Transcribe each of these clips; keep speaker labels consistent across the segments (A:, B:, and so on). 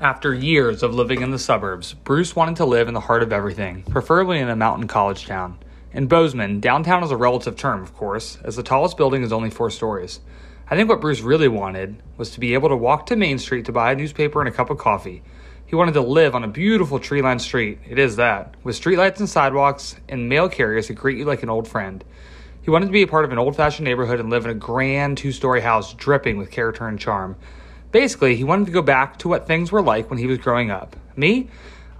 A: After years of living in the suburbs, Bruce wanted to live in the heart of everything, preferably in a mountain college town. In Bozeman, downtown is a relative term, of course, as the tallest building is only four stories. I think what Bruce really wanted was to be able to walk to Main Street to buy a newspaper and a cup of coffee. He wanted to live on a beautiful tree lined street, it is that, with streetlights and sidewalks and mail carriers that greet you like an old friend. He wanted to be a part of an old fashioned neighborhood and live in a grand two story house dripping with character and charm. Basically, he wanted to go back to what things were like when he was growing up. Me?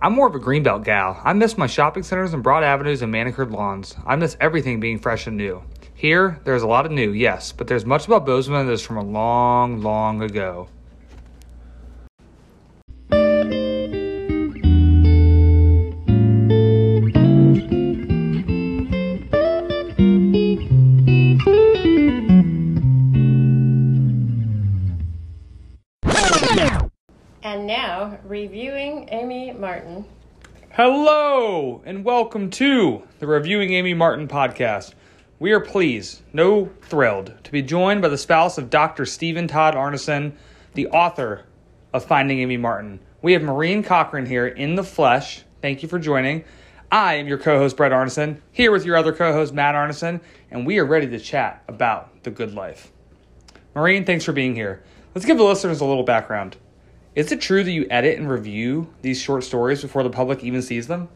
A: I'm more of a Greenbelt gal. I miss my shopping centers and broad avenues and manicured lawns. I miss everything being fresh and new. Here, there's a lot of new, yes, but there's much about Bozeman that is from a long, long ago.
B: And now, reviewing Amy Martin.
A: Hello, and welcome to the Reviewing Amy Martin podcast. We are pleased, no thrilled, to be joined by the spouse of Dr. Stephen Todd Arneson, the author of Finding Amy Martin. We have Maureen Cochran here in the flesh. Thank you for joining. I am your co host, Brett Arneson, here with your other co host, Matt Arneson, and we are ready to chat about the good life. Maureen, thanks for being here. Let's give the listeners a little background. Is it true that you edit and review these short stories before the public even sees them?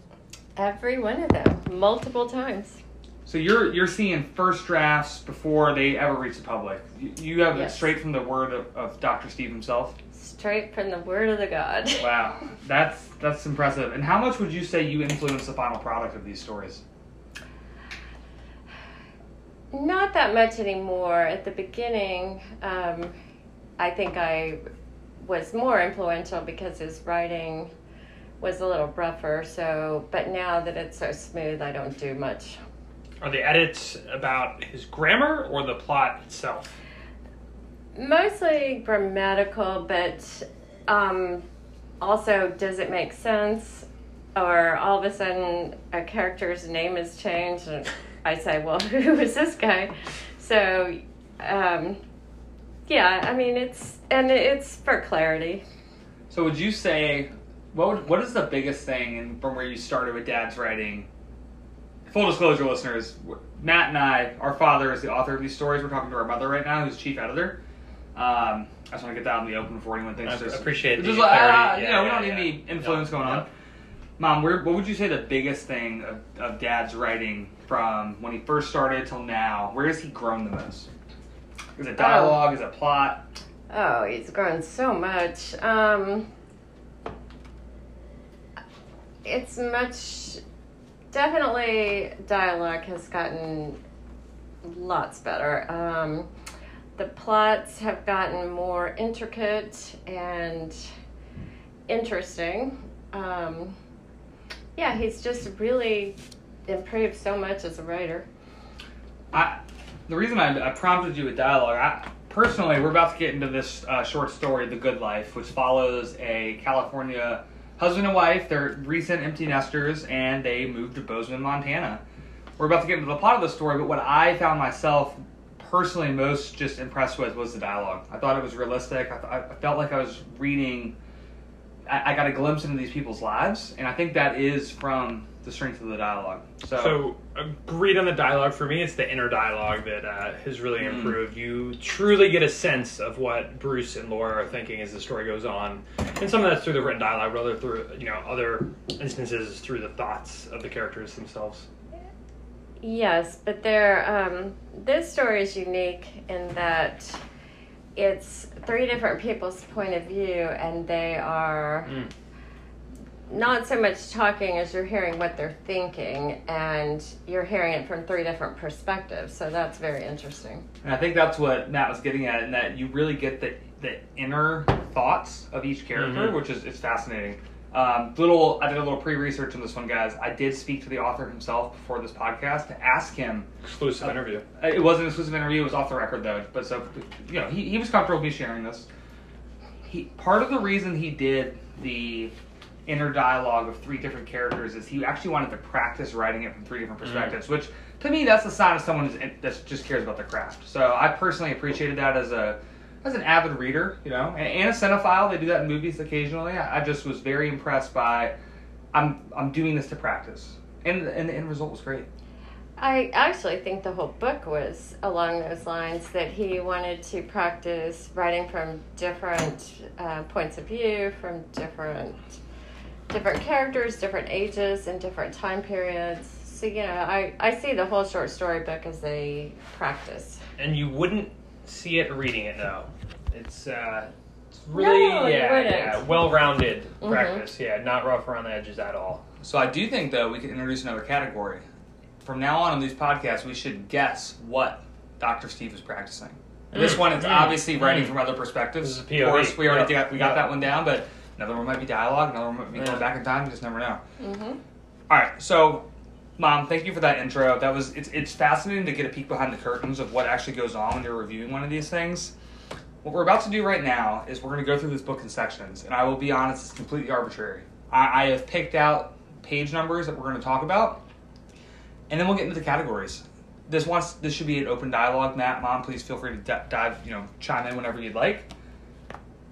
B: Every one of them, multiple times.
A: So you're you're seeing first drafts before they ever reach the public. You, you have
B: Yes.
A: it straight from the word of, of Dr. Steve himself.
B: Straight from the word of the God.
A: Wow, that's that's impressive. And how much would you say you influence the final product of these stories?
B: Not that much anymore. At the beginning, um, I think I was more influential because his writing was a little rougher. So, but now that it's so smooth, I don't do much.
C: Are the edits about his grammar or the plot itself?
B: Mostly grammatical, but um, also does it make sense? Or all of a sudden a character's name is changed, and I say, well, who is this guy? So, um, yeah, I mean, it's, and it's for clarity.
A: So would you say what would, what is the biggest thing in, from where you started with Dad's writing? Full disclosure, listeners, w- Matt and I, our father is the author of these stories. We're talking to our mother right now, who's chief editor. Um, I just want to get that out in the open before anyone thinks
C: I
A: there's
C: appreciate the
A: just like, ah,
C: clarity.
A: you
C: Yeah,
A: know, we
C: yeah,
A: don't need
C: yeah.
A: any influence
C: No,
A: going on.
C: no.
A: Mom, where, what would you say the biggest thing of, of Dad's writing from when he first started till now? Where has he grown the most? Is it dialogue? Is it plot?
B: Oh, he's grown so much. Um, it's much. Definitely, dialogue has gotten lots better. Um, the plots have gotten more intricate and interesting. Um, yeah, he's just really improved so much as a writer.
A: I, the reason I, I prompted you with dialogue, I, personally, we're about to get into this uh, short story, The Good Life, which follows a California husband and wife. They're recent empty nesters, and they moved to Bozeman, Montana. We're about to get into the plot of the story, but what I found myself personally most just impressed with was the dialogue. I thought it was realistic. I, th- I felt like I was reading. I, I got a glimpse into these people's lives, and I think that is from the strength of the dialogue.
C: So, agreed on the dialogue. For me, it's the inner dialogue that uh, has really
A: Mm.
C: improved. You truly get a sense of what Bruce and Laura are thinking as the story goes on, and some of that's through the written dialogue, rather through you know other instances through the thoughts of the characters themselves.
B: Yes, but there, um, this story is unique in that it's three different people's point of view, and they are
C: Mm.
B: not so much talking as you're hearing what they're thinking, and you're hearing it from three different perspectives. So that's very interesting.
A: And I think that's what Matt was getting at, in that you really get the the inner thoughts of each character,
C: Mhm.
A: which is it's fascinating. Um, little, I did a little pre-research on this one, guys. I did speak to the author himself before this podcast to ask him.
C: Exclusive interview.
A: uh, It wasn't an exclusive interview; it was off the record, though. But so, you know, he, he was comfortable with me sharing this. He part of the reason he did the inner dialogue of three different characters is he actually wanted to practice writing it from three different perspectives, which to me that's the sign of someone who's- that just cares about the craft. So I personally appreciated that as a as an avid reader, you know, and, and a cinephile, they do that in movies occasionally. I, I just was very impressed by, I'm I'm doing this to practice, and and the end result was great.
B: I actually think the whole book was along those lines that he wanted to practice writing from different uh, points of view, from different different characters, different ages, and different time periods. So you know, I I see the whole short story book as a practice.
C: and you wouldn't see it reading it though. It's uh, it's really
B: No, you
C: yeah,
B: wouldn't. Mm-hmm.
C: yeah, well-rounded practice. Yeah, not rough around the edges at all.
A: So I do think though we could introduce another category. From now on on these podcasts, we should guess what Dr. Steve is practicing. And this
C: Mm,
A: one, it's
C: mm,
A: obviously writing
C: mm.
A: from other perspectives.
C: This is
A: of
C: POV,
A: course, we already
C: yeah,
A: got, we got
C: yeah.
A: that one down, but another one might be dialogue, another one might be
C: Yeah.
A: going back in time. You just never know.
B: Mm-hmm.
A: All right, so mom, thank you for that intro. That was it's it's fascinating to get a peek behind the curtains of what actually goes on when you're reviewing one of these things. What we're about to do right now is we're going to go through this book in sections, and I will be honest, it's completely arbitrary. I, I have picked out page numbers that we're going to talk about, and then we'll get into the categories. This wants this should be an open dialogue. Matt, mom, please feel free to d- dive, you know, chime in whenever you'd like.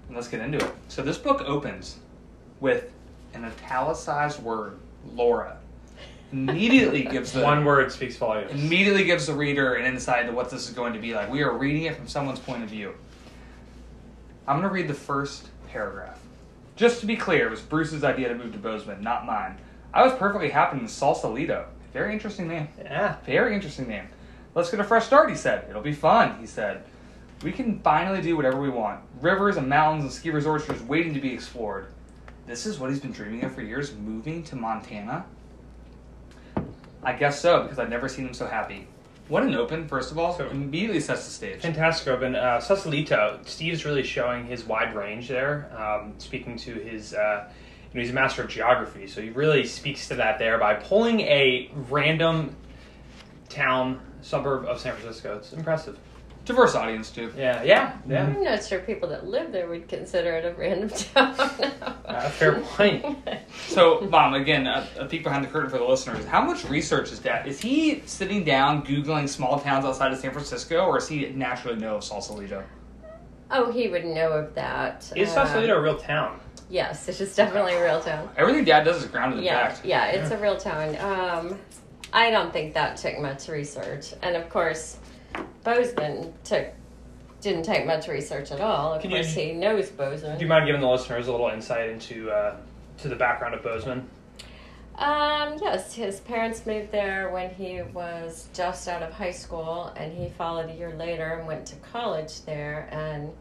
A: And let's get into it. So this book opens with an italicized word, Laura. Immediately gives the
C: One word speaks volumes.
A: immediately gives the reader an insight into what this is going to be like. We are reading it from someone's point of view. I'm going to read the first paragraph. Just to be clear, it was Bruce's idea to move to Bozeman, not mine. I was perfectly happy in Sausalito. Very interesting name.
C: yeah.
A: Very interesting name. Let's get a fresh start, he said. It'll be fun, he said. We can finally do whatever we want. Rivers and mountains and ski resorts are just waiting to be explored. This is what he's been dreaming of for years, moving to Montana? I guess so, because I've never seen him so happy. What an open, first of all,
C: So-
A: immediately sets the stage.
C: Fantastic, Robin. Uh, Sausalito, Steve's really showing his wide range there, um, speaking to his, uh, you know, he's a master of geography, so he really speaks to that there by pulling a random town, suburb of San Francisco. It's impressive.
A: Diverse audience, too.
C: Yeah, yeah, yeah.
B: I'm not sure people that live there would consider it a random town.
C: Uh, fair point.
A: So, Mom, again, a, a peek behind the curtain for the listeners. How much research is that? Is he sitting down Googling small towns outside of San Francisco, or does he naturally know of Sausalito?
B: oh, he would know of that.
C: Is
B: Uh,
C: Sausalito a real town?
B: Yes, it's just definitely a real town.
A: Everything Dad does is grounded in
B: yeah,
A: fact.
B: yeah, it's a real town. Um, I don't think that took much research, and of course, Bozeman took didn't take much research at all. Of
C: Can you-
B: course, he knows
C: Do you
B: Bozeman.
C: mind giving the listeners a little insight into uh, to the background of Bozeman?
B: Um, yes, his parents moved there when he was just out of high school, and he followed a year later and went to college there, and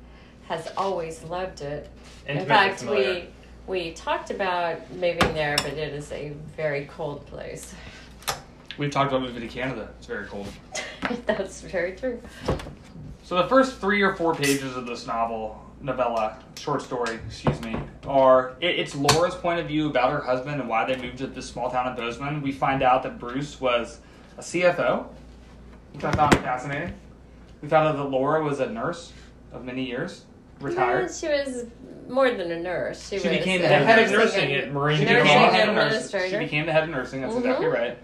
B: has always loved it. In
C: Intimately
B: fact,
C: familiar.
B: we we talked about moving there, but it is a very cold place.
A: We've talked about moving to Canada. It's very cold.
B: That's very true.
A: So the first three or four pages of this novel, novella, short story, excuse me, are it, it's Laura's point of view about her husband and why they moved to this small town of Bozeman. We find out that Bruce was a CFO, which I found fascinating. We found out that Laura was a nurse of many years, retired.
B: No, she was more than a nurse. She,
A: She
B: was
A: became the
B: a
A: head of
C: nursing at Marine
A: She
C: She
A: became
B: nursing
A: the
C: became
A: head of nurse.
B: administrator.
A: She became the head of nursing. That's exactly
B: Mhm.
A: right.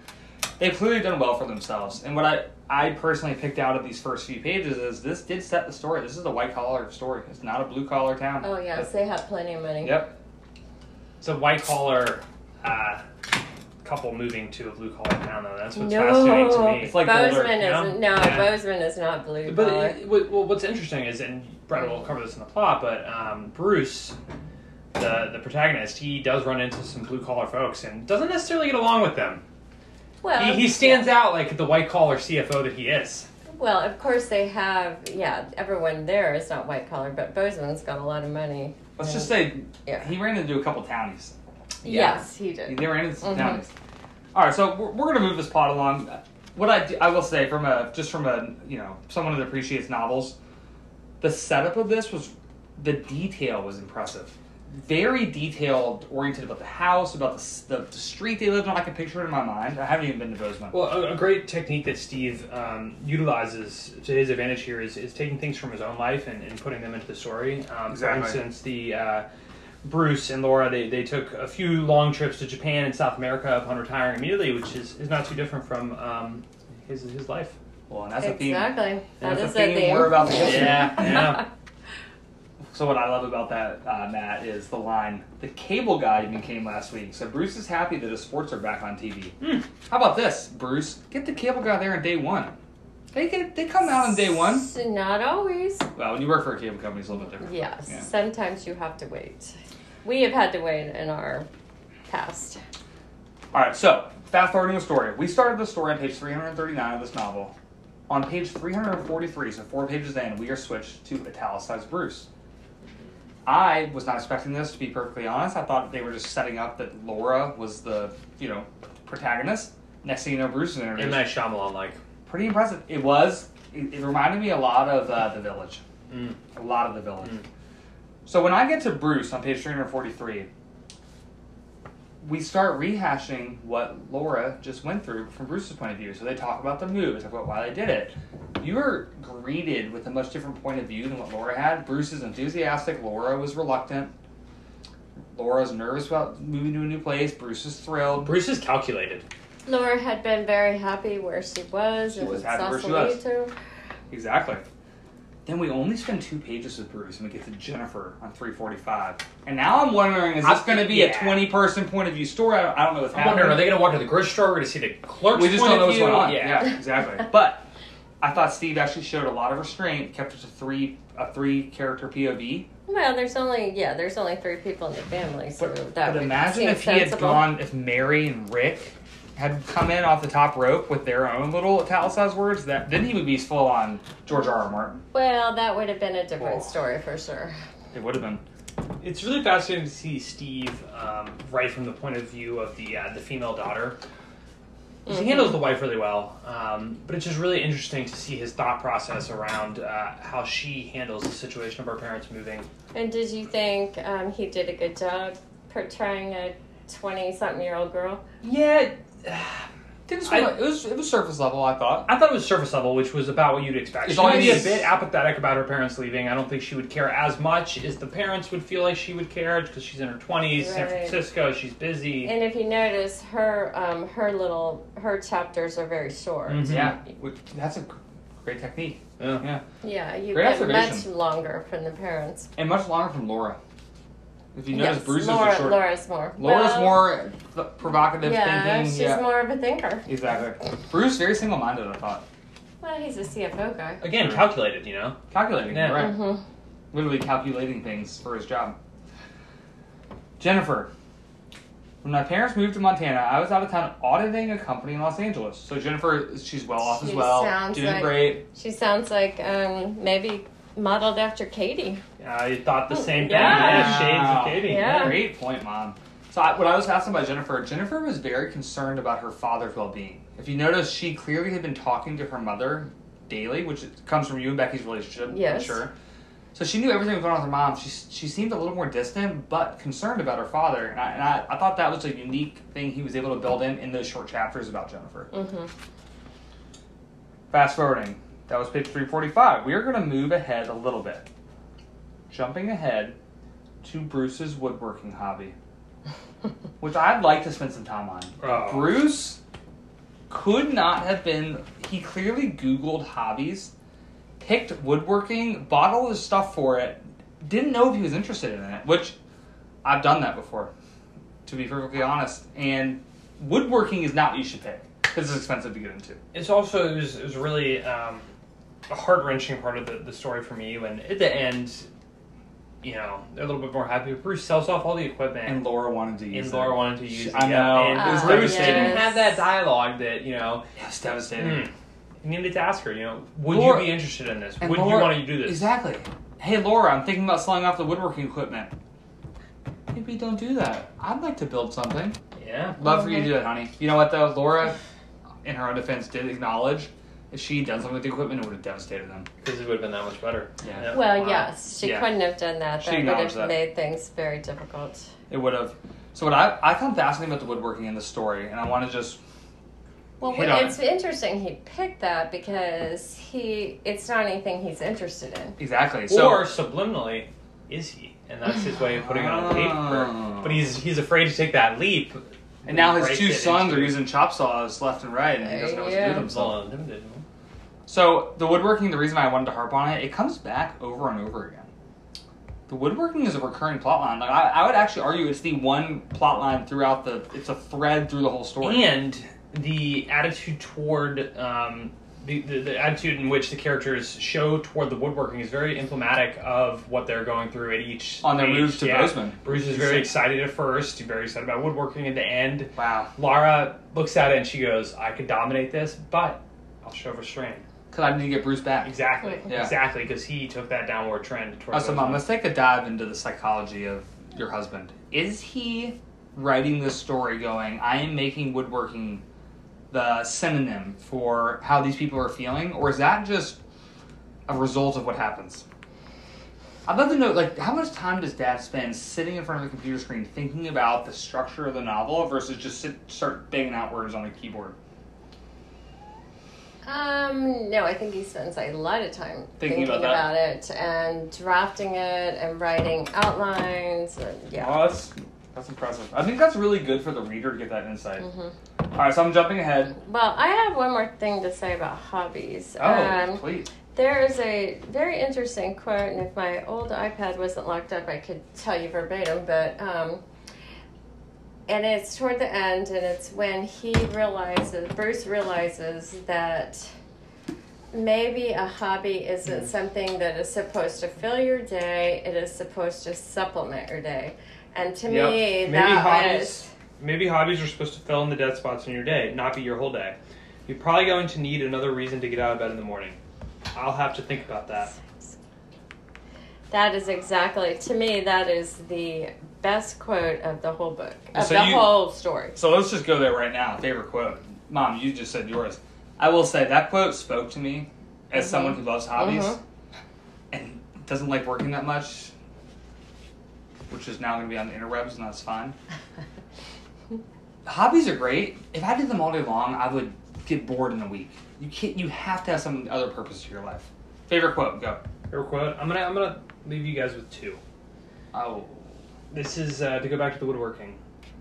A: They've clearly done well for themselves. And what I, I personally picked out of these first few pages is this did set the story. This is a white collar story. It's not a blue collar town.
B: oh yes, they have plenty of money.
A: Yep.
C: It's a white collar uh, couple moving to a blue collar town, though. That's what's
B: No.
C: fascinating to me.
A: It's like Boulder,
B: Bozeman
C: you know?
B: isn't. No,
C: Yeah.
B: Bozeman is not blue
C: But
B: collar.
C: it- what- well, what's interesting is, and Brett will cover this in the plot, but um, Bruce, the the protagonist, he does run into some blue collar folks and doesn't necessarily get along with them.
B: well,
C: he, he stands out like the white collar CFO that he is.
B: Well, of course they have. Yeah, everyone there is not white collar, but Bozeman's got a lot of money.
A: Let's
B: Yeah.
A: just say
B: Yeah.
A: he ran into a couple townies. Yeah.
B: Yes, he
A: He
B: did.
A: they ran into some
B: Mhm.
A: townies. All right, so we're, we're going to move this plot along. What I, do, I will say from a just from a you know someone that appreciates novels, the setup of this was the detail was impressive. Very detailed, oriented about the house, about the, s- the, the street they lived on. I can picture it in my mind. I haven't even been to Bozeman.
C: Well, a, a great technique that Steve um, utilizes to his advantage here is, is taking things from his own life and, and putting them into the story. Um,
A: Exactly.
C: For instance, the uh, Bruce and Laura they, they took a few long trips to Japan and South America upon retiring immediately, which is, is not too different from um, his his life.
A: Well, and that's a theme.
B: Exactly. That
A: That's
B: is
A: a theme we're about to get to.
C: Yeah, yeah.
A: So what I love about that, uh, Matt, is the line, the cable guy even came last week. So Bruce is happy that his sports are back on TV.
C: Hmm.
A: How about this, Bruce? Get the cable guy there on day one. They get, they come out on day one.
B: It's not always.
A: Well, when you work for a cable company, it's a little bit different.
B: Yes.
A: Yeah.
B: Sometimes you have to wait. We have had to wait in our past.
A: All right, so fast forwarding the story. We started the story on page 339 of this novel. On page 343, so four pages in, we are switched to italicized Bruce. I was not expecting this, to be perfectly honest. I thought they were just setting up that Laura was the, you know, protagonist. Next thing you know, Bruce is introduced.
C: M. Night Shyamalan, like.
A: Pretty impressive. It was. It, it reminded me a lot of uh, The Village.
C: Mm.
A: A lot of The Village.
C: Mm.
A: So when I get to Bruce on page 343, we start rehashing what Laura just went through from Bruce's point of view. So they talk about the move, they talk about why they did it. You're greeted with a much different point of view than what Laura had. Bruce is enthusiastic, Laura was reluctant. Laura's nervous about moving to a new place. Bruce is thrilled.
C: Bruce is calculated.
B: Laura had been very happy where she was.
A: She
B: and
A: was happy where she was.
B: Sausalito.
A: Exactly. Then we only spend two pages with Bruce, and we get to Jennifer on 345. And now I'm wondering, is
C: I
A: this going to be a
C: think- yeah.
A: 20 person point of view story? I don't, I don't know what's
C: I'm wondering,
A: happening.
C: are they going to walk to the grocery store? We're going to see the clerk's
A: we just don't
C: point
A: know
C: of
A: what's
C: view?
A: going on.
C: Yeah.
A: Yeah, exactly. But I thought Steve actually showed a lot of restraint, kept it to three a three character POV.
B: Well, there's only yeah, there's only three people in the family, so
A: But,
B: that
A: but
B: would
A: imagine
B: seem
A: if he had
B: sensible.
A: gone, if Mary and Rick had come in off the top rope with their own little italicized words, that then he would be full on George R. R. Martin.
B: Well, that would have been a different
A: Oh.
B: story for sure.
A: It would have been.
C: It's really fascinating to see Steve um, right from the point of view of the uh, the female daughter.
B: Mm-hmm.
C: 'Cause He handles the wife really well, um, but it's just really interesting to see his thought process around uh, how she handles the situation of her parents moving.
B: And did you think um, he did a good job portraying a twenty-something-year-old girl?
A: Yeah. Didn't
C: I-
A: it was it was surface level, I thought.
C: I thought it was surface level, which was about what you'd expect.
A: It's
C: She might be a
A: always-
C: bit apathetic about her parents leaving. I don't think she would care as much as the parents would feel like she would care because she's in her 20s, San
B: Right.
C: Francisco, she's busy.
B: And if you notice, her um, her little her chapters are very short.
C: Mhm.
A: Mm-hmm. Yeah, which, that's a great technique
C: Yeah.
B: Yeah, you
A: Great
B: get much
A: observation.
B: longer from the parents.
A: and much longer from Laura. If you notice,
B: Yes,
A: Bruce
B: Laura,
A: is the short.
B: Laura's more.
A: Laura's
B: well,
A: more th- provocative
B: Yeah,
A: thinking.
B: she's
A: yeah,
B: more of a thinker.
A: exactly. Bruce very single-minded. I thought
B: Well, he's a CFO guy.
C: Again, calculated, you know?
A: calculating,
C: Yeah.
A: right?
B: hmm
A: Literally calculating things for his job. Jennifer. When my parents moved to Montana, I was out of town auditing a company in Los Angeles. So Jennifer, she's well off as
B: She
A: well,
B: sounds
A: doing
B: like-
A: great.
B: She sounds like um, maybe modeled after Katie.
C: I thought the same thing.
B: Oh, Yeah.
C: Yeah, shades of Katie.
B: Yeah.
A: Great point, Mom. So I, what I was asking about Jennifer, Jennifer was very concerned about her father's well-being. If you notice, she clearly had been talking to her mother daily, which comes from you and Becky's relationship, I'm
B: Yes.
A: sure. So she knew everything was going on with her mom. She, she seemed a little more distant, but concerned about her father. And, I, and I, I thought that was a unique thing he was able to build in in those short chapters about Jennifer.
B: Mm-hmm.
A: Fast forwarding. That was page 345. We are going to move ahead a little bit. Jumping ahead to Bruce's woodworking hobby, which I'd like to spend some time on.
C: Oh.
A: Bruce could not have been. He clearly Googled hobbies, picked woodworking, bought all this stuff for it, didn't know if he was interested in it, which I've done that before, to be perfectly honest. And woodworking is not what you should pick because it's expensive to get into.
C: it's also it was, it was really um, a heart wrenching part of the, the story for me when at the end, you know, they're a little bit more happy. Bruce sells off all the equipment,
A: And Laura wanted to use
C: and
A: it.
C: Laura wanted to use. it,
A: I know.
C: yeah.
B: It was
C: And Bruce
B: devastating.
C: didn't have that
B: Yes.
C: dialogue that you know.
A: It was devastating.
C: Mm, you needed to ask her. You know, would
A: Hmm. Laura-
C: you be interested in this?
A: And
C: Would you
A: Laura-
C: want to do this?
A: Exactly. Hey, Laura, I'm thinking about selling off the woodworking equipment. Maybe don't do that. I'd like to build something.
C: Yeah.
A: Love for you to do it, honey. You know what, though? Laura, in her own defense, did acknowledge if she had done something with the equipment, it would have devastated them.
C: Because it would have been that much better.
A: Yeah.
B: Well,
C: Wow.
B: yes, she
A: Yeah.
B: couldn't have done that.
A: She
B: That would have
A: acknowledged that.
B: made things very difficult.
A: It would have. So, what I, I found fascinating about the woodworking in the story, and I want to just.
B: Well,
A: Hit on
B: it's interesting he picked that because he it's not anything he's interested in.
A: Exactly. So,
C: or subliminally, is he? And that's his way of putting it on
A: Oh.
C: paper. But he's he's afraid to take that leap.
A: and now his
C: Breaks
A: two
C: it
A: sons
C: into-
A: are using chop saws left and right, and he doesn't know what to do
B: Yeah.
A: with himself.
C: Well, limited.
A: So the woodworking, the reason I wanted to harp on it, it comes back over and over again. The woodworking is a recurring plotline. Like I, I would actually argue it's the one plotline throughout the. It's a thread through the whole story.
C: and the attitude toward um, the, the, the attitude in which the characters show toward the woodworking is very emblematic of what they're going through at each
A: On their
C: stage.
A: moves to
C: yeah.
A: Bozeman.
C: Bruce is very excited at first. He's very excited about woodworking at the end.
A: wow.
C: Lara looks at it and she goes, "I could dominate this, but I'll show restraint."
A: Because I need to get Bruce back.
C: Exactly,
A: Yeah.
C: exactly, because he took that downward trend toward.
A: Also, mom, Um, let's take a dive into the psychology of your husband. Is he writing this story going, I am making woodworking the synonym for how these people are feeling? Or is that just a result of what happens? I'd love to know, like, how much time does dad spend sitting in front of the computer screen thinking about the structure of the novel versus just sit, start banging out words on the keyboard?
B: Um, no, I think he spends a lot of time
A: Thinking
B: thinking,
A: about
B: about,
A: that.
B: it and drafting it and writing outlines. And, yeah.
A: Oh, that's, that's impressive. I think that's really good for the reader to get that insight.
B: Mhm.
A: All right, so I'm jumping ahead.
B: Well, I have one more thing to say about hobbies. Um,
A: Oh, please.
B: there is a very interesting quote, and if my old iPad wasn't locked up, I could tell you verbatim, but. Um, and it's toward the end, and it's when he realizes, Bruce realizes that maybe a hobby isn't something that is supposed to fill your day, it is supposed to supplement your day. And to
C: Yep.
B: me,
C: Maybe
B: that
C: hobbies-
B: was.
C: Maybe hobbies are supposed to fill in the dead spots in your day, not be your whole day. You're probably going to need another reason to get out of bed in the morning. I'll have to think about that.
B: That is exactly to me. That is the best quote of the whole book of
A: So
B: the
A: you-
B: whole story.
A: So let's just go there right now. Favorite quote. Mom, you just said yours. I will say that quote spoke to me as someone who loves hobbies
B: Mhm.
A: and doesn't like working that much, which is now going to be on the interwebs, and that's fine. Hobbies are great. If I did them all day long, I would get bored in a week. You can't. You have to have some other purpose to your life. Favorite quote. Go.
C: Your quote. I'm gonna I'm gonna leave you guys with two.
A: Oh,
C: This is uh, to go back to the woodworking,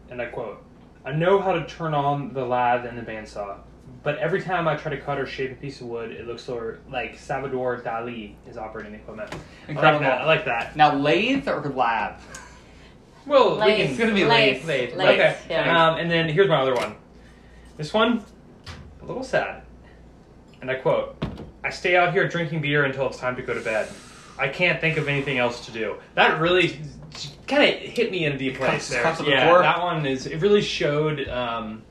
C: and I quote: "I know how to turn on the lathe and the bandsaw, but every time I try to cut or shape a piece of wood, it looks or- like Salvador Dali is operating equipment."
A: incredible.
C: I like that. I like that.
A: Now lathe or lab?
C: Well, we
B: Lathe.
C: can
A: it's gonna be
B: Lathe.
C: Lathe.
B: Lathe,
C: Okay.
B: yeah.
C: Um, and then here's my other one. This one, a little sad. And I quote I stay out here drinking beer until it's time to go to bed. I can't think of anything else to do. That really kind of hit me in a deep place
A: Cuts-
C: there.
A: cuts to the
C: yeah,
A: core.
C: that one is, it really showed um,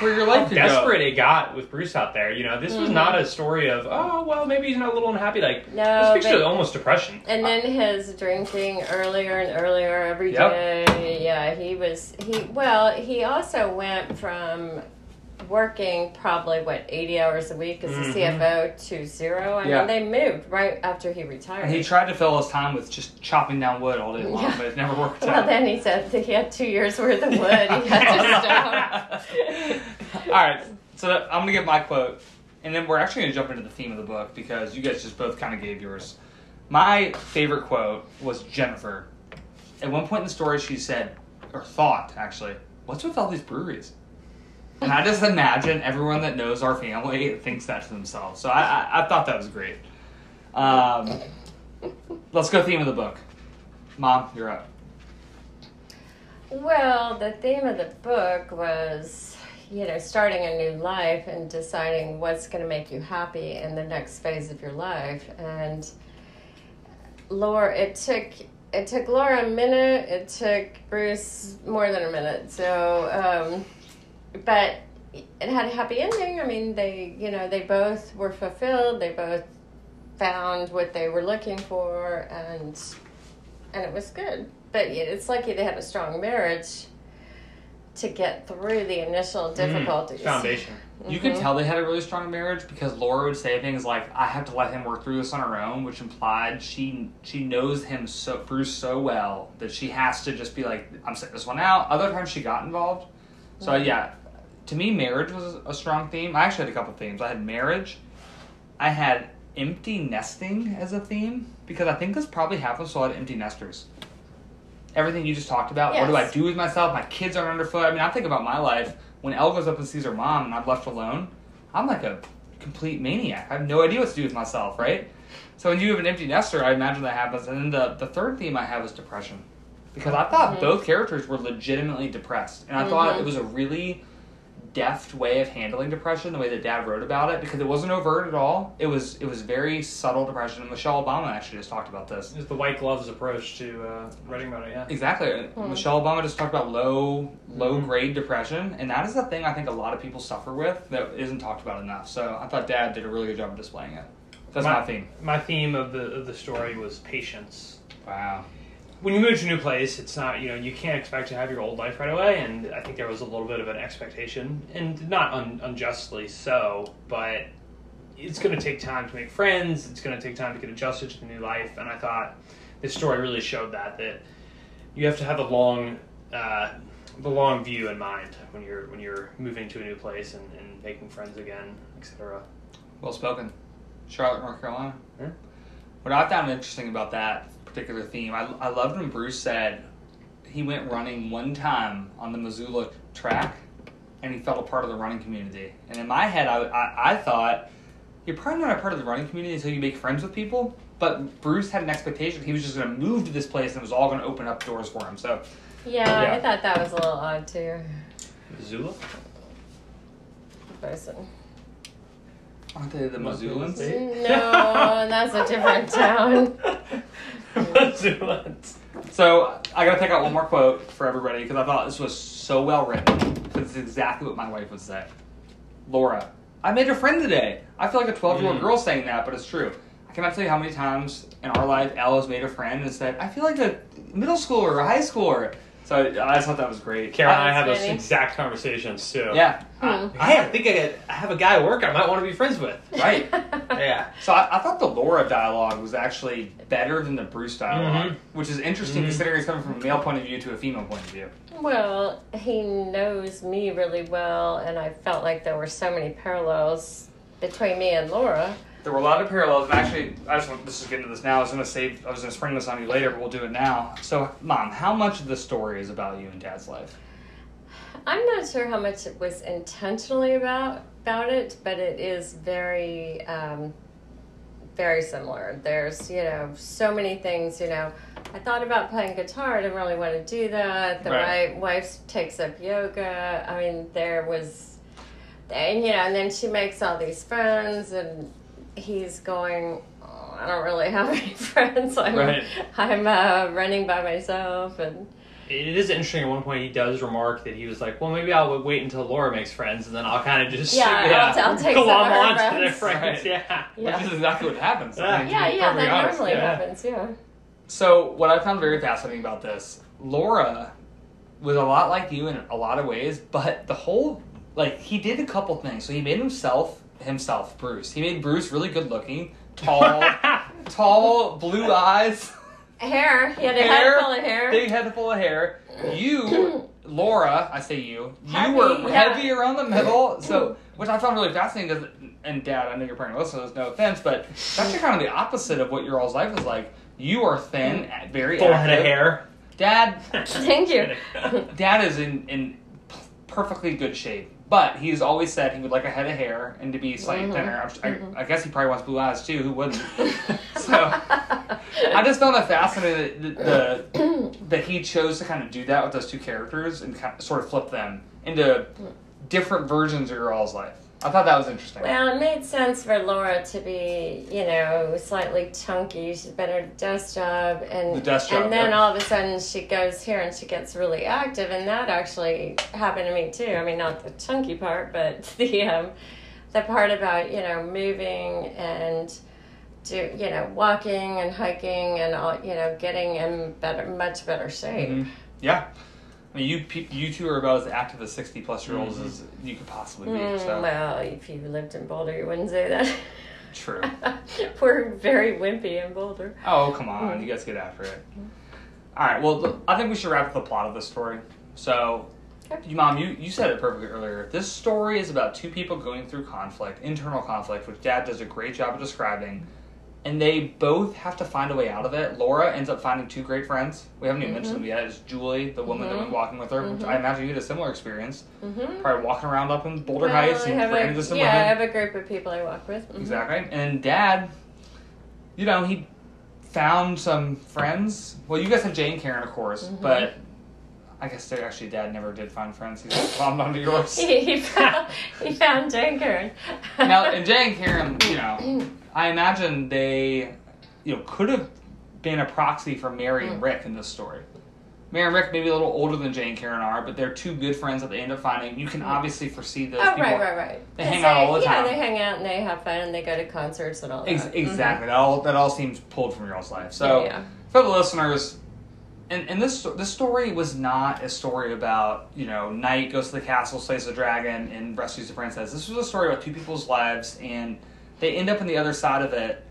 A: Where your
C: how
A: life could go.
C: desperate it got with Bruce out there. You know, this was
B: Mhm.
C: not a story of, oh, well, maybe he's not a little unhappy. Like,
B: No,
C: this picture
B: but-
C: almost depression.
B: And then his drinking earlier and earlier every
A: Yep.
B: day. Yeah, he was he. Well, he also went from working probably what eighty hours a week as
C: Mhm.
B: a CFO to zero. I
A: Mm-hmm. Yeah.
B: mean, they moved right after he retired.
A: And he tried to fill his time with just chopping down wood all day long,
B: Yeah.
A: but it never worked
B: well,
A: out.
B: then he said that he had two years worth of wood. He had to stop.
A: all right, so I'm gonna get my quote, and then we're actually gonna jump into the theme of the book because you guys just both kind of gave yours. My favorite quote was Jennifer. At one point in the story, she said, or thought actually, "What's with all these breweries?" And I just imagine everyone that knows our family thinks that to themselves. So I, I, I thought that was great. Um, let's go theme of the book. Mom, you're up.
B: Well, the theme of the book was, you know, starting a new life and deciding what's going to make you happy in the next phase of your life. And Laura, it took it took Laura a minute. It took Bruce more than a minute. So, um, but it had a happy ending. I mean, they, you know, they both were fulfilled. They both found what they were looking for, and and it was good. But yeah, it's lucky they had a strong marriage to get through the initial difficulties.
C: Mm, foundation.
A: You could tell they had a really strong marriage because Laura would say things like, "I have to let him work through this on her own," which implied she she knows him so Bruce so well that she has to just be like, "I'm setting this one out." Other times she got involved, so yeah. To me, marriage was a strong theme. I actually had a couple themes. I had marriage. I had empty nesting as a theme because I think this probably happens to a lot of empty nesters. Everything you just talked about. What do I
B: Yes.
A: do with myself? My kids aren't underfoot. I mean, I think about my life. When Elle goes up and sees her mom and I'm left alone, I'm like a complete maniac. I have no idea what to do with myself, right? So when you have an empty nester, I imagine that happens. And then the, the third theme I have is depression. Because I thought
B: Mhm.
A: both characters were legitimately depressed. And I thought
B: Mhm.
A: it was a really deft way of handling depression, the way that Dad wrote about it, because it wasn't overt at all. It was it was very subtle depression. And Michelle Obama actually just talked about this.
C: It's the white gloves approach to uh, writing about it. Yeah.
A: Exactly. And
B: Mhm.
A: Michelle Obama just talked about low low
C: Mhm.
A: grade depression, and that is the thing I think a lot of people suffer with that isn't talked about enough. So I thought Dad did a really good job of displaying it. That's my,
C: My-
A: theme.
C: My theme of the of the story was patience.
A: Wow.
C: When you move to a new place, it's not you know you can't expect to have your old life right away, and I think there was a little bit of an expectation, and not un- unjustly so, but it's going to take time to make friends. It's going to take time to get adjusted to the new life, and I thought this story really showed that that you have to have the long uh, the long view in mind when you're when you're moving to a new place and, and making friends again, etc.
A: Well spoken. Charlotte, North Carolina.
C: Yeah.
A: What I found interesting about that particular theme, I, I loved when Bruce said he went running one time on the Missoula track and he felt a part of the running community. And in my head, I, I, I thought, you're probably not a part of the running community until you make friends with people. But Bruce had an expectation. He was just going to move to this place and it was all going to open up doors for him. So,
B: Yeah,
A: Yeah.
B: I thought that was a little odd too.
C: Missoula.
B: Person.
A: aren't they the
C: Must be
A: Missoulans?
C: the state.
B: No, that's a different town.
C: Missoulans.
A: So I gotta pick out one more quote for everybody because I thought this was so well written. Because it's exactly what my wife would say. Laura, I made a friend today. I feel like a 12 year old
C: Mm.
A: girl saying that, but it's true. I cannot tell you how many times in our life Al has made a friend and said, I feel like a middle schooler or a high schooler. So I just thought that was great.
C: Karen and I
B: That's
C: have those
B: funny.
C: exact conversations too.
A: Yeah.
B: Hmm.
A: I-
C: Hey, I think I, got, I have a guy at work I might want to be friends with.
A: Right.
C: Yeah.
A: So I, I thought the Laura dialogue was actually better than the Bruce dialog
C: Mhm.
A: which is interesting
C: Mhm.
A: considering it's coming from a male point of view to a female point of view.
B: well, he knows me really well, and I felt like there were so many parallels between me and Laura.
A: There were a lot of parallels, and actually, I just want this is getting to this now. I was gonna save, I was gonna spring this on you later, but we'll do it now. So, mom, how much of the story is about you and dad's life?
B: I'm not sure how much it was intentionally about about it, but it is very um, very similar. There's you know so many things. You know, I thought about playing guitar. I didn't really want to do that. The
A: Right.
B: right. wife takes up yoga. I mean, there was, and you know, and then she makes all these friends, and he's going. "Oh, I don't really have any friends. I'm
A: Right.
B: I'm uh, running by myself, and
C: It is interesting. At one point, he does remark that he was like, "Well, maybe I'll wait until Laura makes friends, and then I'll kind of just
B: Yeah, I'll- I'll take
C: glom
B: some of her
C: on to their
B: friends."
C: friends."
A: Right.
C: Yeah.
B: yeah.
A: Which is exactly what happens. I mean, to
B: Yeah,
A: be
B: yeah,
A: perfectly
B: that
A: honest.
B: normally
C: yeah.
B: happens, yeah.
A: So, what I found very fascinating about this, Laura was a lot like you in a lot of ways, but the whole like he did a couple things. So he made himself himself Bruce. He made Bruce really good looking, tall, tall, blue eyes.
B: Hair, he had a
A: Hair.
B: head full of hair.
A: Big head full of hair. You, Laura, I say you, you
B: Heavy,
A: were
B: yeah.
A: heavy around the middle. So, which I found really fascinating. Cause, and Dad, I know you're probably listening. There's no offense, but that's actually kind of the opposite of what your all's life is like. You are thin, very
C: Full
A: active.
C: head of hair.
A: Dad,
B: Thank you.
A: Dad is in in p- perfectly good shape, but he's always said he would like a head of hair and to be slightly
B: Mhm.
A: thinner. I'm, si
B: Mhm.
A: guess he probably wants blue eyes too. Who wouldn't? so. I just found that fascinating that, the, that he chose to kind of do that with those two characters and kind of, sort of flip them into different versions of your all's life. I thought that was interesting.
B: well, it made sense for Laura to be, you know, slightly chunky. She's been at a desk job, and
A: The desk job,
B: and then
A: yeah.
B: all of a sudden she goes here and she gets really active, and that actually happened to me too. I mean, not the chunky part, but the um, the part about you know moving and do you know walking and hiking and all you know getting in better, much better shape.
A: Mhm. Yeah. I mean, you pe- you two are about as active as 60 plus year olds
C: Mhm.
A: as you could possibly be.
B: Mm-hmm. Mm,
A: So,
B: Well, if you lived in Boulder, you wouldn't say that.
A: true.
B: We're very wimpy in Boulder.
A: Oh, come on. You guys get after it. All right. Well, th- I think we should wrap up the plot of this story. So,
B: Okay.
A: you, Mom, you, you said it perfectly earlier. This story is about two people going through conflict, internal conflict, which Dad does a great job of describing. And they both have to find a way out of it. Laura ends up finding two great friends. We haven't even mentioned
B: Mm-hmm.
A: them yet. It's Julie, the woman that went walking with her, which I imagine you had a similar experience.
B: Mm-hmm.
A: Probably walking around up in Boulder Heights and
B: have
A: ran
B: a,
A: into some
B: yeah, I Mm-hmm.
A: women.
B: have a group of people I walk with. Mhm.
A: Exactly. And dad you know, he found some friends. Well, you guys have Jane Karen, of course,
B: Mm-hmm.
A: but I guess they're actually dad never did find friends. He just bombed onto yours.
B: He, he found, he found Jane Karen.
A: now, and Jane Karen, you know, I imagine they, you know, could have been a proxy for Mary
B: Mm.
A: and Rick in this story. Mary and Rick may be a little older than Jane Karen are, but they're two good friends that they end up finding. You can obviously foresee those
B: Oh,
A: people.
B: right, right, right.
A: They
B: 'Cause
A: hang out all the
B: yeah,
A: time.
B: they hang out and they have fun and they go to concerts and all that.
A: Ex- exactly. That all that all seems pulled from your all's life. So
B: Mm-hmm. Yeah, yeah.
A: for the listeners, and, and this this story was not a story about you know knight goes to the castle, slays the dragon, and rescues the princess. This was a story about two people's lives, and they end up on the other side of it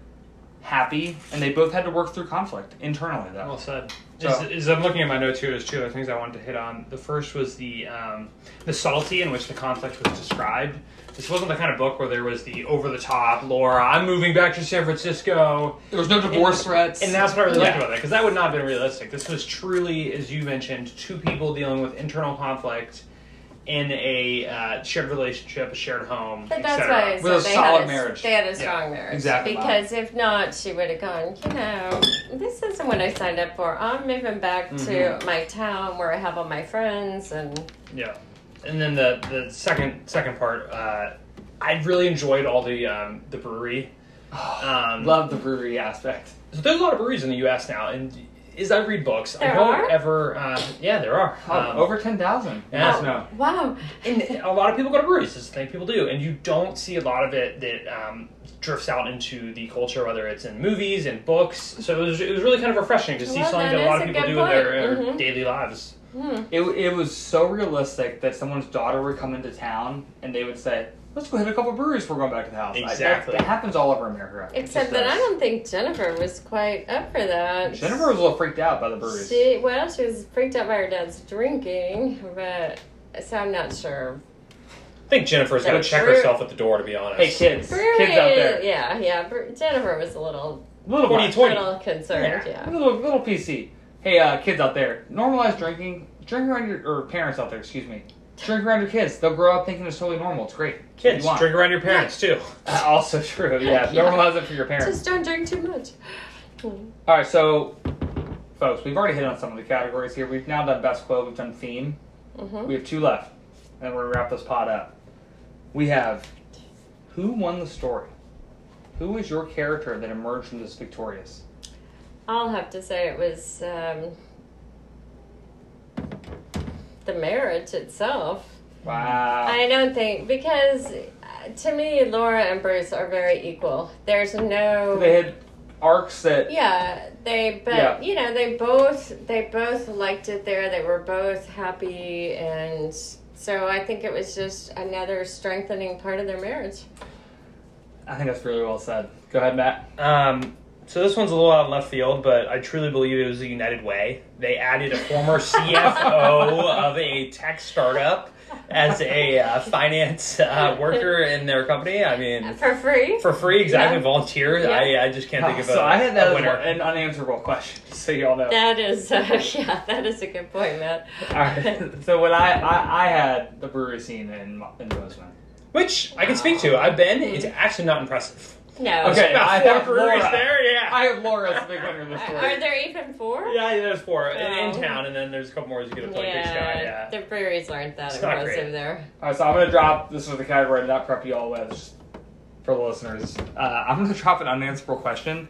A: happy, and they both had to work through conflict internally though.
C: Well said.
A: So-
C: As, as I'm looking at my notes here, there's two other things I wanted to hit on. The first was the um, the subtlety in which the conflict was described. This wasn't the kind of book where there was the over the top, Laura, I'm moving back to San Francisco.
A: there was no divorce threats,
C: And that's what I really liked
A: Yeah.
C: about that, because that would not have been realistic. This was truly, as you mentioned, two people dealing with internal conflict in a uh, shared relationship, a shared home.
B: But
C: et
B: that's
C: cetera.
B: why I said
A: With a
B: they
A: solid
B: had a,
A: marriage.
B: They had a
C: Yeah,
B: strong marriage.
A: exactly.
B: Because if not, she would have gone, you know, this isn't what I signed up for. I'm moving back to
A: Mm-hmm.
B: my town where I have all my friends and
C: Yeah, and then the the second second part, uh, I really enjoyed all the um, the brewery. Um,
A: Love the brewery aspect.
C: so there's a lot of breweries in the U.S. now, and as I read books, I
B: There
C: don't
B: are?
C: ever. Uh, yeah, there are.
A: Oh,
C: Um,
A: over ten thousand.
C: yeah.
A: Yes, no.
B: wow.
C: and a lot of people go to breweries. It's a thing people do, and you don't see a lot of it that um, drifts out into the culture, whether it's in movies and books. So it was, it was really kind of refreshing to see
B: Well,
C: something
B: that
C: that a lot
B: is
C: of
B: a
C: people
B: good
C: do in their,
B: point.
C: in their
B: Mhm.
C: daily lives.
A: It, it was so realistic that someone's daughter would come into town and they would say, "Let's go hit a couple breweries before going back to the house." Like, that-
C: Exactly.
A: that, happens all over America. It
B: Except
A: just
B: that
A: does.
B: I don't think Jennifer was quite up for that.
A: Jennifer was a little freaked out by the breweries.
B: She well, she was freaked out by her dad's drinking, but so I'm not sure.
C: I think Jennifer's
B: Yeah,
C: gonna check
B: brewer-
C: herself at the door, to be honest.
A: hey kids,
B: Brewery,
A: kids out there,
B: yeah, yeah. Br- Jennifer was a little,
A: little
C: What are you
A: bit.
C: Twenty.
B: little concerned. Yeah.
A: little little PC. Hey, uh, kids out there, normalize drinking. Drink around your or parents out there, excuse me. Drink around your kids. They'll grow up thinking it's totally normal. It's great. It's what
C: Kids,
A: you want.
C: drink around your parents too.
A: Uh, also true. Yeah,
B: Yeah.
A: normalize it for your parents.
B: Just don't drink too much.
A: All right, so folks, we've already hit on some of the categories here. We've now done best quote, we've done theme.
B: Mhm.
A: We have two left, and we're gonna wrap this pot up. We have who won the story? Who was your character that emerged from this victorious?
B: I'll have to say it was um, the marriage itself.
A: Wow.
B: I don't think because uh, to me, Laura and Bruce are very equal. There's no
A: they had arcs that
B: Yeah, they but
A: Yeah.
B: you know they both they both liked it there. They were both happy, and so I think it was just another strengthening part of their marriage.
A: I think that's really well said. Go ahead, Matt.
C: Um, so this one's a little out in left field, but I truly believe it was the United Way. They added a former CFO of a tech startup as a uh, finance uh, worker in their company. I
A: Mm-hmm.
C: mean,
B: For free,
C: for free, exactly.
B: Yeah.
C: Volunteer.
B: Yeah.
C: I, I just can't think of a,
A: so I had that
C: a
A: as
C: winner.
A: one- an unanswerable question, just so you all know.
B: that is uh, yeah, that is a good point, Matt.
A: All right. So when I, I, I had the brewery scene in in Bozeman.
C: Which I can speak to. I've been. It's actually not impressive.
B: No,
A: Mm-hmm. Okay,
C: About
A: I
C: four
A: have
C: breweries
A: Laura.
C: there. Yeah.
A: I have Laura as the big winner of the
B: are,
A: story.
B: are there even four?
C: yeah, there's four in, in
B: Oh.
C: town, and then there's a couple more as you get to play
B: Yeah,
C: Big Sky. Yeah.
B: the breweries aren't that
C: It's not great.
B: impressive there.
A: All right, so I'm gonna drop. This was the category I did not prep you all with just for the listeners. Uh, I'm gonna drop an unanswerable question.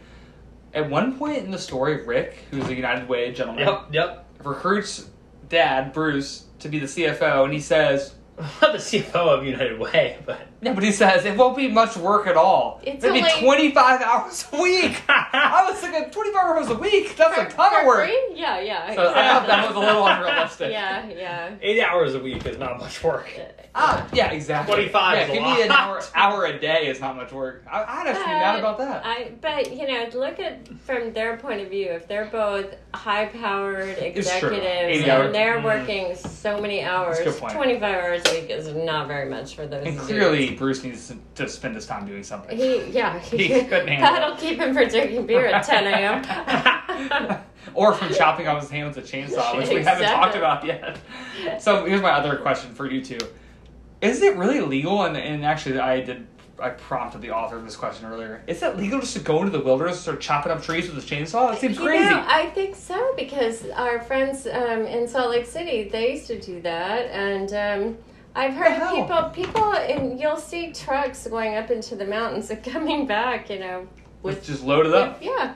A: At one point in the story, Rick, who's a United Way gentleman,
C: Yep. Yep.
A: recruits Dad Bruce to be the CFO, and he says,
C: Not the CFO of United Way, but
A: "Yeah, but he says it won't be much work at all.
B: It's
A: Maybe
B: only-
A: 25 hours a week. I was thinking 25 hours a week. That's a ton
B: for
A: of work.
B: free? Yeah, yeah.
A: So I thought that was a
B: exactly.
A: little unrealistic.
B: yeah, yeah.
C: eight hours a week is not much work.
A: Ah, yeah, exactly.
C: 25
A: Yeah,
C: is a
A: give
C: lot.
A: me an hour, hour a day is not much work. I, I'd actually be mad
B: But
A: about that.
B: I but you know, look at from their point of view. If they're both high-powered
A: It's true.
B: executives
A: 80
B: and
A: hours.
B: they're
C: Mm.
B: working so many
A: a
B: hours,
A: good point.
B: twenty-five hours a week is not very much for those.
A: And
B: dudes.
A: clearly, Bruce needs to- to spend his time doing something.
B: he yeah
A: He couldn't handle
B: that'll keep him from drinking beer at ten a.m.
A: or from chopping off his hand with a chainsaw, which we haven't
B: Exactly.
A: talked about yet. So here's my other question for you two: Is it really legal? And, and actually, I did I prompted the author of this question earlier. Is it legal just to go into the wilderness and start chopping up trees with a chainsaw? That seems
B: You
A: crazy.
B: know, I think so because our friends um, in Salt Lake City they used to do that, and um, I've heard
A: The
B: people
A: hell?
B: people and you'll see trucks going up into the mountains and coming back. You know,
A: Let's
B: with
A: just load it up.
B: yeah.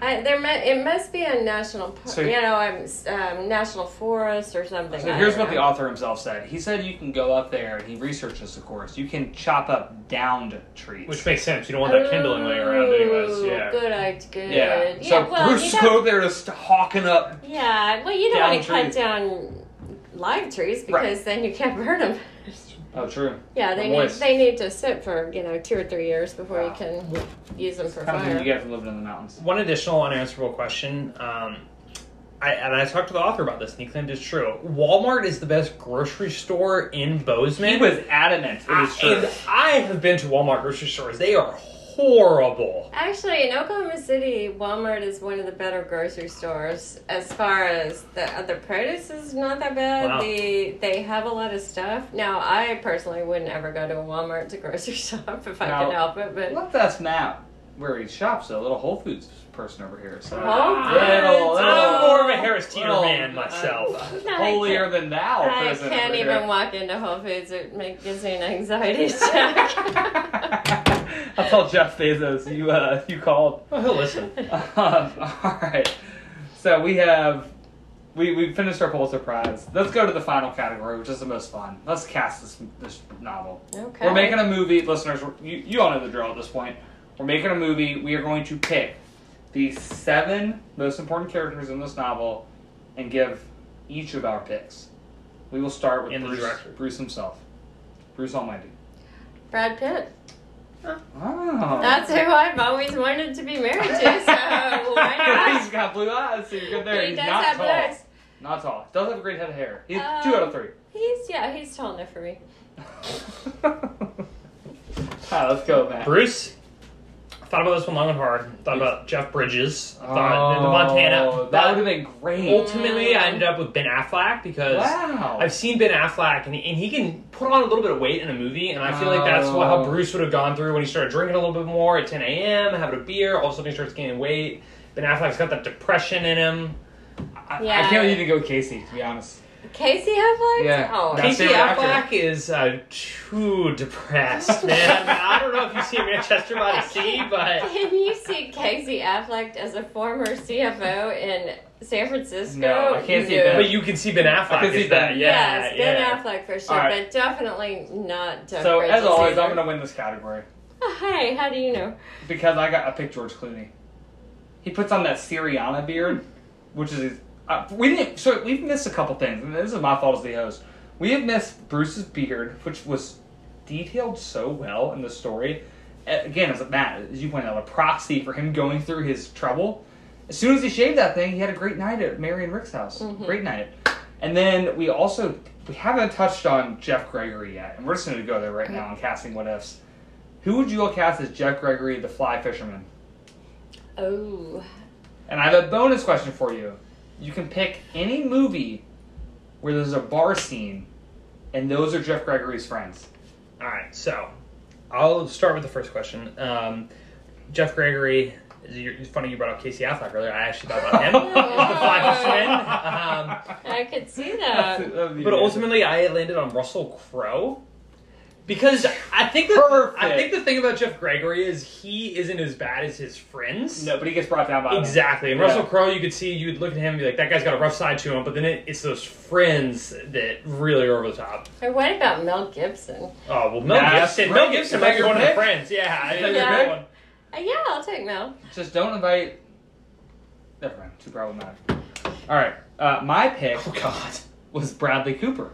B: I, there, mu- it must be a national, par-
A: So-
B: you know, um, s- um, national forest or something.
A: So
B: I
A: here's
B: don't
A: what the
B: know.
A: author himself said. He said you can go up there, and he researched this, of course. You can chop up downed trees.
C: Which makes sense. You don't want that kindling laying around, anyways.
A: Oh,
B: Ooh,
C: Yeah.
B: Good idea.
A: yeah.
B: Yeah.
A: So
B: well,
A: Bruce
B: you
A: is
B: don't-
A: go up there just hawking up.
B: Yeah. Well, you don't
A: Down
B: want to cut
A: trees.
B: down live trees
A: Right.
B: because then you can't burn them.
A: Oh, true.
B: yeah, they
A: Or
B: need
A: moist.
B: they need to sit for you know two or three years before you
A: Wow.
B: can use them for
A: Kind of thing you
B: fire.
A: get from living in the mountains.
C: One additional unanswerable question. Um, I, and I talked to the author about this, and he claimed it's true. Walmart is the best grocery store in Bozeman.
A: He was adamant. It was
C: I, and
A: true.
C: I have been to Walmart grocery stores. They are horrible.
B: Actually, in Oklahoma City, Walmart is one of the better grocery stores. As far as the other produce is not that bad.
C: Wow.
B: The they have a lot of stuff. Now, I personally wouldn't ever go to a Walmart to grocery shop if I
A: Now-
B: could help it, but.
A: Well, that's Matt where he shops, a little Whole Foods person over here. So.
B: Whole
A: Little,
B: Foods,
A: little.
C: I'm
B: oh.
C: more of a Harris Teeter
A: Well,
C: man
A: uh,
C: myself.
B: No, I
A: holier
B: can't-
A: than thou.
B: I
A: person
B: can't
A: over
B: even
A: here.
B: walk into Whole Foods. It make, gives me an anxiety attack.
A: I'll tell Jeff Bezos you uh, you called.
C: Oh, he'll listen.
A: Um, all right. So we have we we finished our Pulitzer Prize. Let's go to the final category, which is the most fun. Let's cast this this novel.
B: okay.
A: We're making a movie, listeners. You, you all know the drill at this point. We're making a movie. We are going to pick the seven most important characters in this novel and give each of our picks. We will start with
C: And the
A: Bruce,
C: director.
A: Bruce himself, Bruce Almighty.
B: Brad Pitt.
A: Oh,
B: That's who I've always wanted to be married to, so why
A: He's got blue eyes, so you're good
B: not?
A: there.
B: he
A: He's
B: does
A: not
B: have
A: tall.
B: legs.
A: Not tall. Does have a great head of hair. He's
B: Um,
A: two out of three.
B: He's yeah, he's tall enough for me.
A: Ah, let's go, Matt.
C: Bruce, I thought about this one long and hard. Thought about Jeff Bridges. I thought
A: Oh,
C: Montana.
A: That Oh, would
C: But
A: have been great.
C: ultimately, I ended up with Ben Affleck because
A: Wow.
C: I've seen Ben Affleck, and, and he can put on a little bit of weight in a movie, and I feel like that's what, how
A: Oh.
C: Bruce would have gone through when he started drinking a little bit more at 10 a.m., having a beer, all of a sudden he starts gaining weight. Ben Affleck's got that depression in him.
A: I, I
B: Yeah.
A: can't even go Casey, to be honest.
B: Casey Affleck?
A: Yeah.
B: Oh,
A: That's
C: Casey
A: it, actor.
C: Affleck is uh, too depressed, man. I don't know if you see Manchester by the Sea, but
B: Can you see Casey Affleck as a former CFO in San Francisco?
A: No, I can't see
B: No.
A: that.
C: but you can see Ben Affleck.
A: can see
C: as that.
A: Ben.
C: Yeah,
B: yes,
C: yeah.
B: Ben Affleck for sure,
A: All right.
B: but definitely not Jeff
A: so
B: Bridges
A: as always,
B: either.
A: I'm gonna win this category
B: Oh, hey, how do you know?
A: because I got I picked George Clooney. He puts on that Syriana beard, which is his, uh, we didn't. So we've missed a couple things, and this is my fault as the host. We have missed Bruce's beard, which was detailed so well in the story. A- Again, as Matt, as you pointed out, a proxy for him going through his trouble. As soon as he shaved that thing, he had a great night at Mary and Rick's house. Great night. And then we also we haven't touched on Jeff Gregory yet, and we're just going to go there right now on casting what ifs. Who would you all cast as Jeff Gregory, the fly fisherman?
B: Oh,
A: And I have a bonus question for you. You can pick any movie where there's a bar scene, and those are Jeff Gregory's friends.
C: All right, so I'll start with the first question. Um, Jeff Gregory. you're- It's funny you brought up Casey Affleck earlier. I actually thought about him.
A: Oh.
C: He's the fly fisherman. Um,
B: I could see
A: That's-
B: that.
A: that'd be
C: But
A: amazing.
C: ultimately, I landed on Russell Crowe because I think the,
A: Perfect.
C: I think the thing about Jeff Gregory is he isn't as bad as his friends.
A: no, but he gets brought down by them.
C: Exactly. And
A: Yeah.
C: Russell Crowe, you could see, you'd look at him and be like, that guy's got a rough side to him. But then it, it's those friends that really are over the top.
B: Or what about Mel Gibson?
C: Oh, well, Mel
A: Nah, that's
C: Gibson. Mel
A: right.
C: Gibson
A: Is that
C: might be
A: your
C: one of the
A: pick?
C: friends. Yeah. I
A: that
C: think
B: your
C: that's a good
B: pick?
C: one.
B: Uh, yeah, I'll take Mel.
A: Just don't invite. Never mind. Too problematic. All right. Uh, my pick
C: Oh, God.
A: was Bradley Cooper.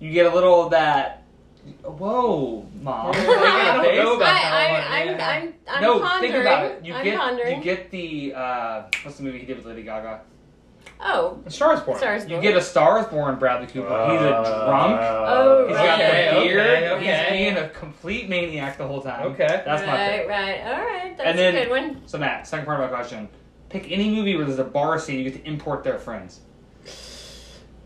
A: You get a little of that. Whoa, mom!
C: I
A: Like in the
C: know
A: face.
C: about
B: I,
C: that
B: I,
C: one,
B: I'm,
C: yeah.
B: I'm, I'm
A: no,
B: pondering.
A: think about it. You
B: I'm
A: get
B: pondering.
A: you get the uh, what's the movie he did with Lady Gaga?
B: oh,
C: A Star is Born.
B: stars.
A: You get a Star is Born Bradley Cooper. He's
C: Uh,
A: a drunk.
B: Oh,
A: He's got
B: Okay,
A: the beard.
C: Okay.
A: He's being a complete maniac the whole time.
C: Okay.
A: that's
B: right,
A: my pick.
B: Right, All right. That's
A: And then-
B: a good one.
A: So Matt, second part of my question: pick any movie where there's a bar scene. You get to import their friends.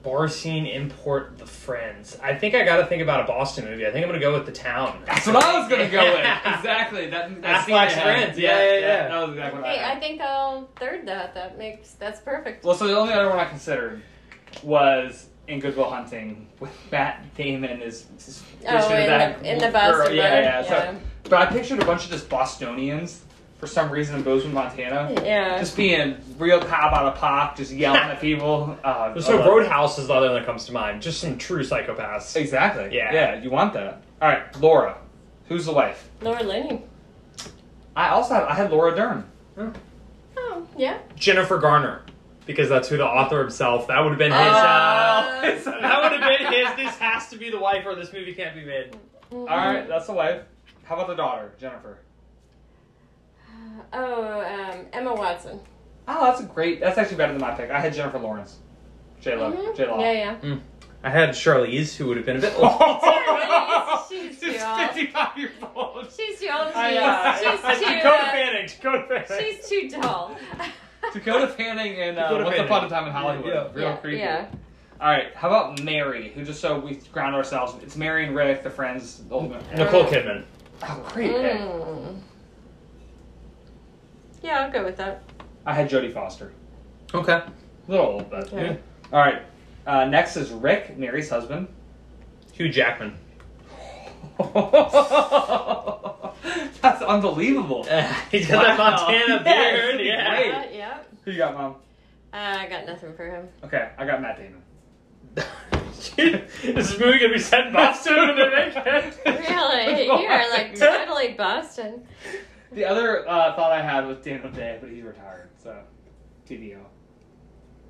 C: bar scene import the friends. I think I got to think about a Boston movie. I think I'm gonna go with the town.
A: That's what I was gonna go with. Exactly. That, that scene
C: Affleck's
A: they had.
C: friends. Yeah, yeah, yeah.
A: That was exactly what I
B: Hey,
A: had.
B: I think I'll third that. That makes that's perfect.
A: Well, so the only other one I considered was in Goodwill Hunting with Matt Damon is. is
B: Oh,
A: fishing
B: in
A: that
B: the, in the
A: girl.
B: bus.
A: Yeah, yeah. So, but I pictured a bunch of just Bostonians for some reason in Bozeman, Montana,
B: yeah.
A: just being real cop out of pop, just yelling at people. Uh,
C: So
A: uh,
C: Roadhouse is the other one that comes to mind. Just some true psychopaths.
A: Exactly.
C: Yeah.
A: Yeah. You want that? All right, Laura. Who's the wife?
B: Laura Linney.
A: I also have, I had Laura Dern.
B: Oh, yeah.
C: Jennifer Garner, because that's who the author himself. That would have been his.
B: Ah.
C: Uh,
B: Uh,
C: that would have been his. This has to be the wife, or this movie can't be made.
A: All right, that's the wife. How about the daughter, Jennifer?
B: Oh, um, Emma Watson.
A: Oh, that's a great. That's actually better than my pick. I had Jennifer Lawrence. J Lo.
B: Mhm.
A: J Lo.
B: Yeah, yeah.
C: I had Charlize, who would have been a bit.
B: Oh, Sorry, she's
A: Oh, She's
B: too old.
A: 55 years old.
B: She's too old.
A: I, uh,
B: She's,
C: I- I-
B: she's too.
C: Dakota
B: Uh,
C: Fanning. Dakota Fanning.
B: she's too tall.
A: Dakota Fanning and uh,
C: Dakota
A: Once
C: Fanning.
A: Upon a Time in Hollywood.
C: Yeah.
A: Real
B: yeah,
A: creepy.
B: yeah.
A: All right, how about Mary, who just so we ground ourselves? It's Mary and Rick, the friends, the old man.
C: Nicole Kidman.
A: Oh, great pick.
B: Mm. Yeah, I'll go with that.
A: I had Jodie Foster.
C: Okay.
A: A little old, but.
B: Yeah.
A: All right, uh, next is Rick, Mary's husband.
C: Hugh Jackman.
A: That's unbelievable.
C: He's got that
A: Wow.
C: Montana
A: Yeah,
C: beard.
A: he's
C: Yeah.
A: great.
B: Uh, yeah.
A: Who you got, Mom?
B: Uh, I got nothing for him.
A: Okay, I got Matt Damon.
C: this movie gonna be set in Boston when they make it.
B: Really? you are like totally Boston.
A: The other uh, thought I had was Dan O'Day, but he's retired, so TDO.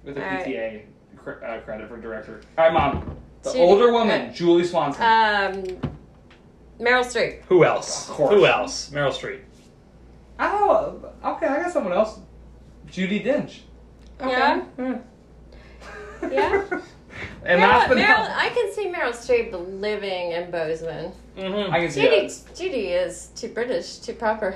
A: With a
B: All right.
A: PTA cre- uh, credit for director. All right, mom. The
B: Judy-
A: older woman,
B: uh,
A: Julie Swanson.
B: Um, Meryl Streep.
C: Who else?
A: Of course.
C: Who else? Meryl Streep.
A: oh, okay. I got someone else. Judy Dench.
B: Yeah.
A: Yeah.
B: Yeah.
A: and
B: Meryl,
A: last but
B: Meryl,
A: not
B: I can see Meryl Streep living in Bozeman.
C: Mm-hmm.
A: I can see
B: Judy,
A: that.
B: Judy is too British, too proper.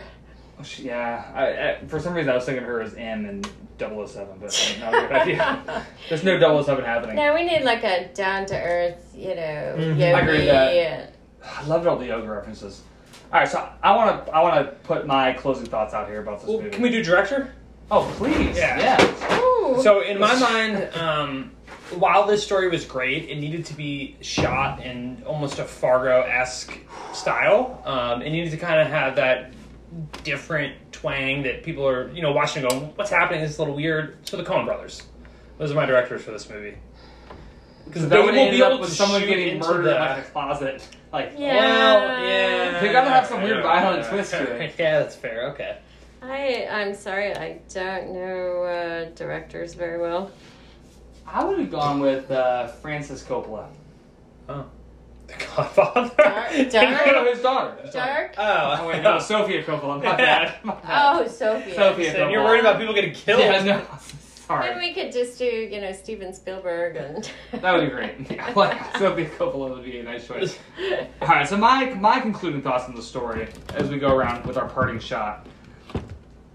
A: Oh, she- yeah. I, I, for some reason, I was thinking her as M and 007, but not a good idea. There's no 007 happening.
B: No, we need like a down to earth, you know,
C: Mhm.
B: yogi.
A: Mm-hmm. I agree with that.
B: and-
A: I loved all the yoga references. All right, so I want to I want to put my closing thoughts out here about this
C: Well,
A: movie.
C: can we do director?
A: Oh, please.
C: Yeah.
B: Ooh.
C: So in my mind, um, while this story was great, it needed to be shot in almost a Fargo esque style. Um, it needed to kind of have that different twang that people are you know watching and going, "What's happening? This is a little weird." So the Coen Brothers, those are my directors for this movie.
A: Because
C: They
A: that would
C: will
A: end
C: be
A: up
C: able
A: with
C: to
A: someone
C: shoot
A: getting
C: into
A: murdered
C: the-
A: like a closet. Like,
B: Yeah.
C: Well, yeah,
A: They gotta have some weird violent twist to it.
C: yeah, that's fair. Okay.
B: I, I'm sorry, I don't know uh, directors very well.
A: I would have gone with uh, Francis Coppola.
C: The Godfather.
B: Dark- dark-
A: No, his daughter. His daughter.
B: Dark?
C: Oh.
A: Oh wait, no, Sophia Coppola. My bad. My bad.
B: Oh, Sophia.
A: Sophia
C: So
A: Coppola.
C: you're worried about people getting killed.
A: Yeah, no.
B: Maybe
A: Sorry.
B: we could just do, you know, Steven Spielberg and.
A: That would be great. Yeah, like, Sophia Coppola would be a nice choice. All right, so my my concluding thoughts on the story as we go around with our parting shot.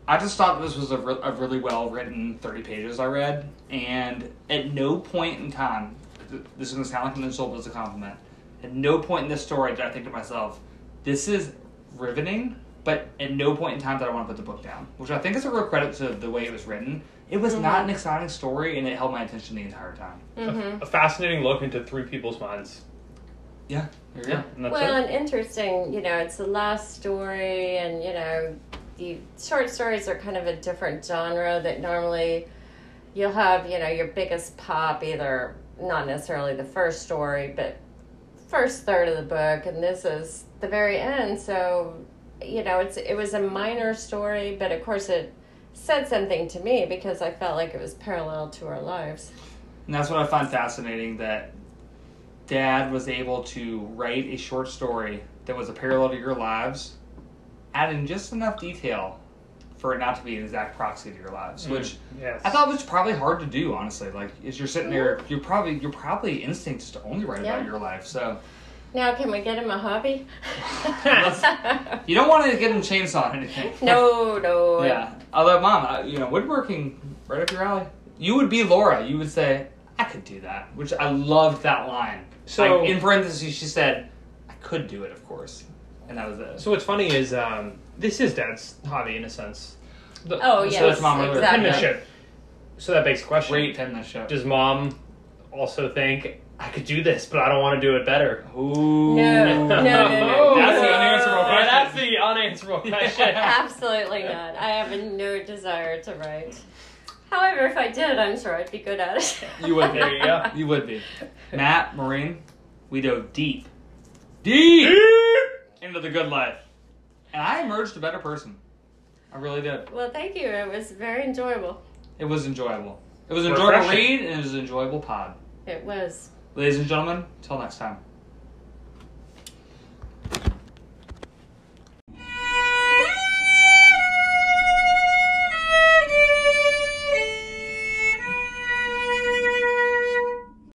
A: I just thought this was a, re- a really well written 30 pages I read, and at no point in time, th- this is going to sound like an insult, but it's a compliment. At no point in this story did I think to myself, this is riveting, but at no point in time did I want to put the book down, which I think is a real credit to the way it was written. It was not an exciting story, and it held my attention the entire time.
B: Mhm.
C: A fascinating look into three people's minds.
A: Yeah. There you go.
C: Yeah, and that's
B: Well,
C: it.
B: and interesting, you know, it's the last story, and, you know, the short stories are kind of a different genre that normally you'll have, you know, your biggest pop, either not necessarily the first story, but first third of the book, and this is the very end. So, you know, it's it was a minor story, but of course it said something to me because I felt like it was parallel to our lives.
A: And that's what I find fascinating that dad was able to write a short story that was a parallel to your lives, add in just enough detail for it not to be an exact proxy to your lives,
B: Mm.
A: which
C: Yes.
A: I thought was probably hard to do, honestly. Like, as you're sitting there, you're probably your probably instinct is to only write
B: Mm-hmm. Yeah.
A: about your life. So
B: Now, can we get him a hobby?
A: you don't want to get him chainsaw or anything.
B: no, no.
A: Yeah. Although, mom, I, you know, woodworking right up your alley. You would be Laura. You would say, I could do that, which I loved that line.
C: So-
A: like, in parentheses, she said, "I could do it, of course," and that was it.
C: So what's funny is um, this is Dad's hobby in a sense. The,
B: Oh,
A: that's
B: yes.
A: Mom Miller.
B: exactly.
C: penmanship. So that begs the question:
A: Great feminist show.
C: Does Mom also think I could do this, but I don't want to do it better?
A: Ooh.
B: No, no, no, no.
A: That's the
B: no.
A: unanswerable question.
C: Oh, That's the unanswerable question.
B: Absolutely not. I have no desire to write. However, if I did, I'm sure I'd be good at it.
A: You would be.
C: There you go.
A: You would be. Matt, Marine, we dove deep. Deep! Into the good life. And I emerged a better person. I really did.
B: Well, thank you. It was very enjoyable.
A: It was enjoyable. It was an enjoyable
C: Refreshing.
A: read and it was an enjoyable pod.
B: It was.
A: Ladies and gentlemen, till next time.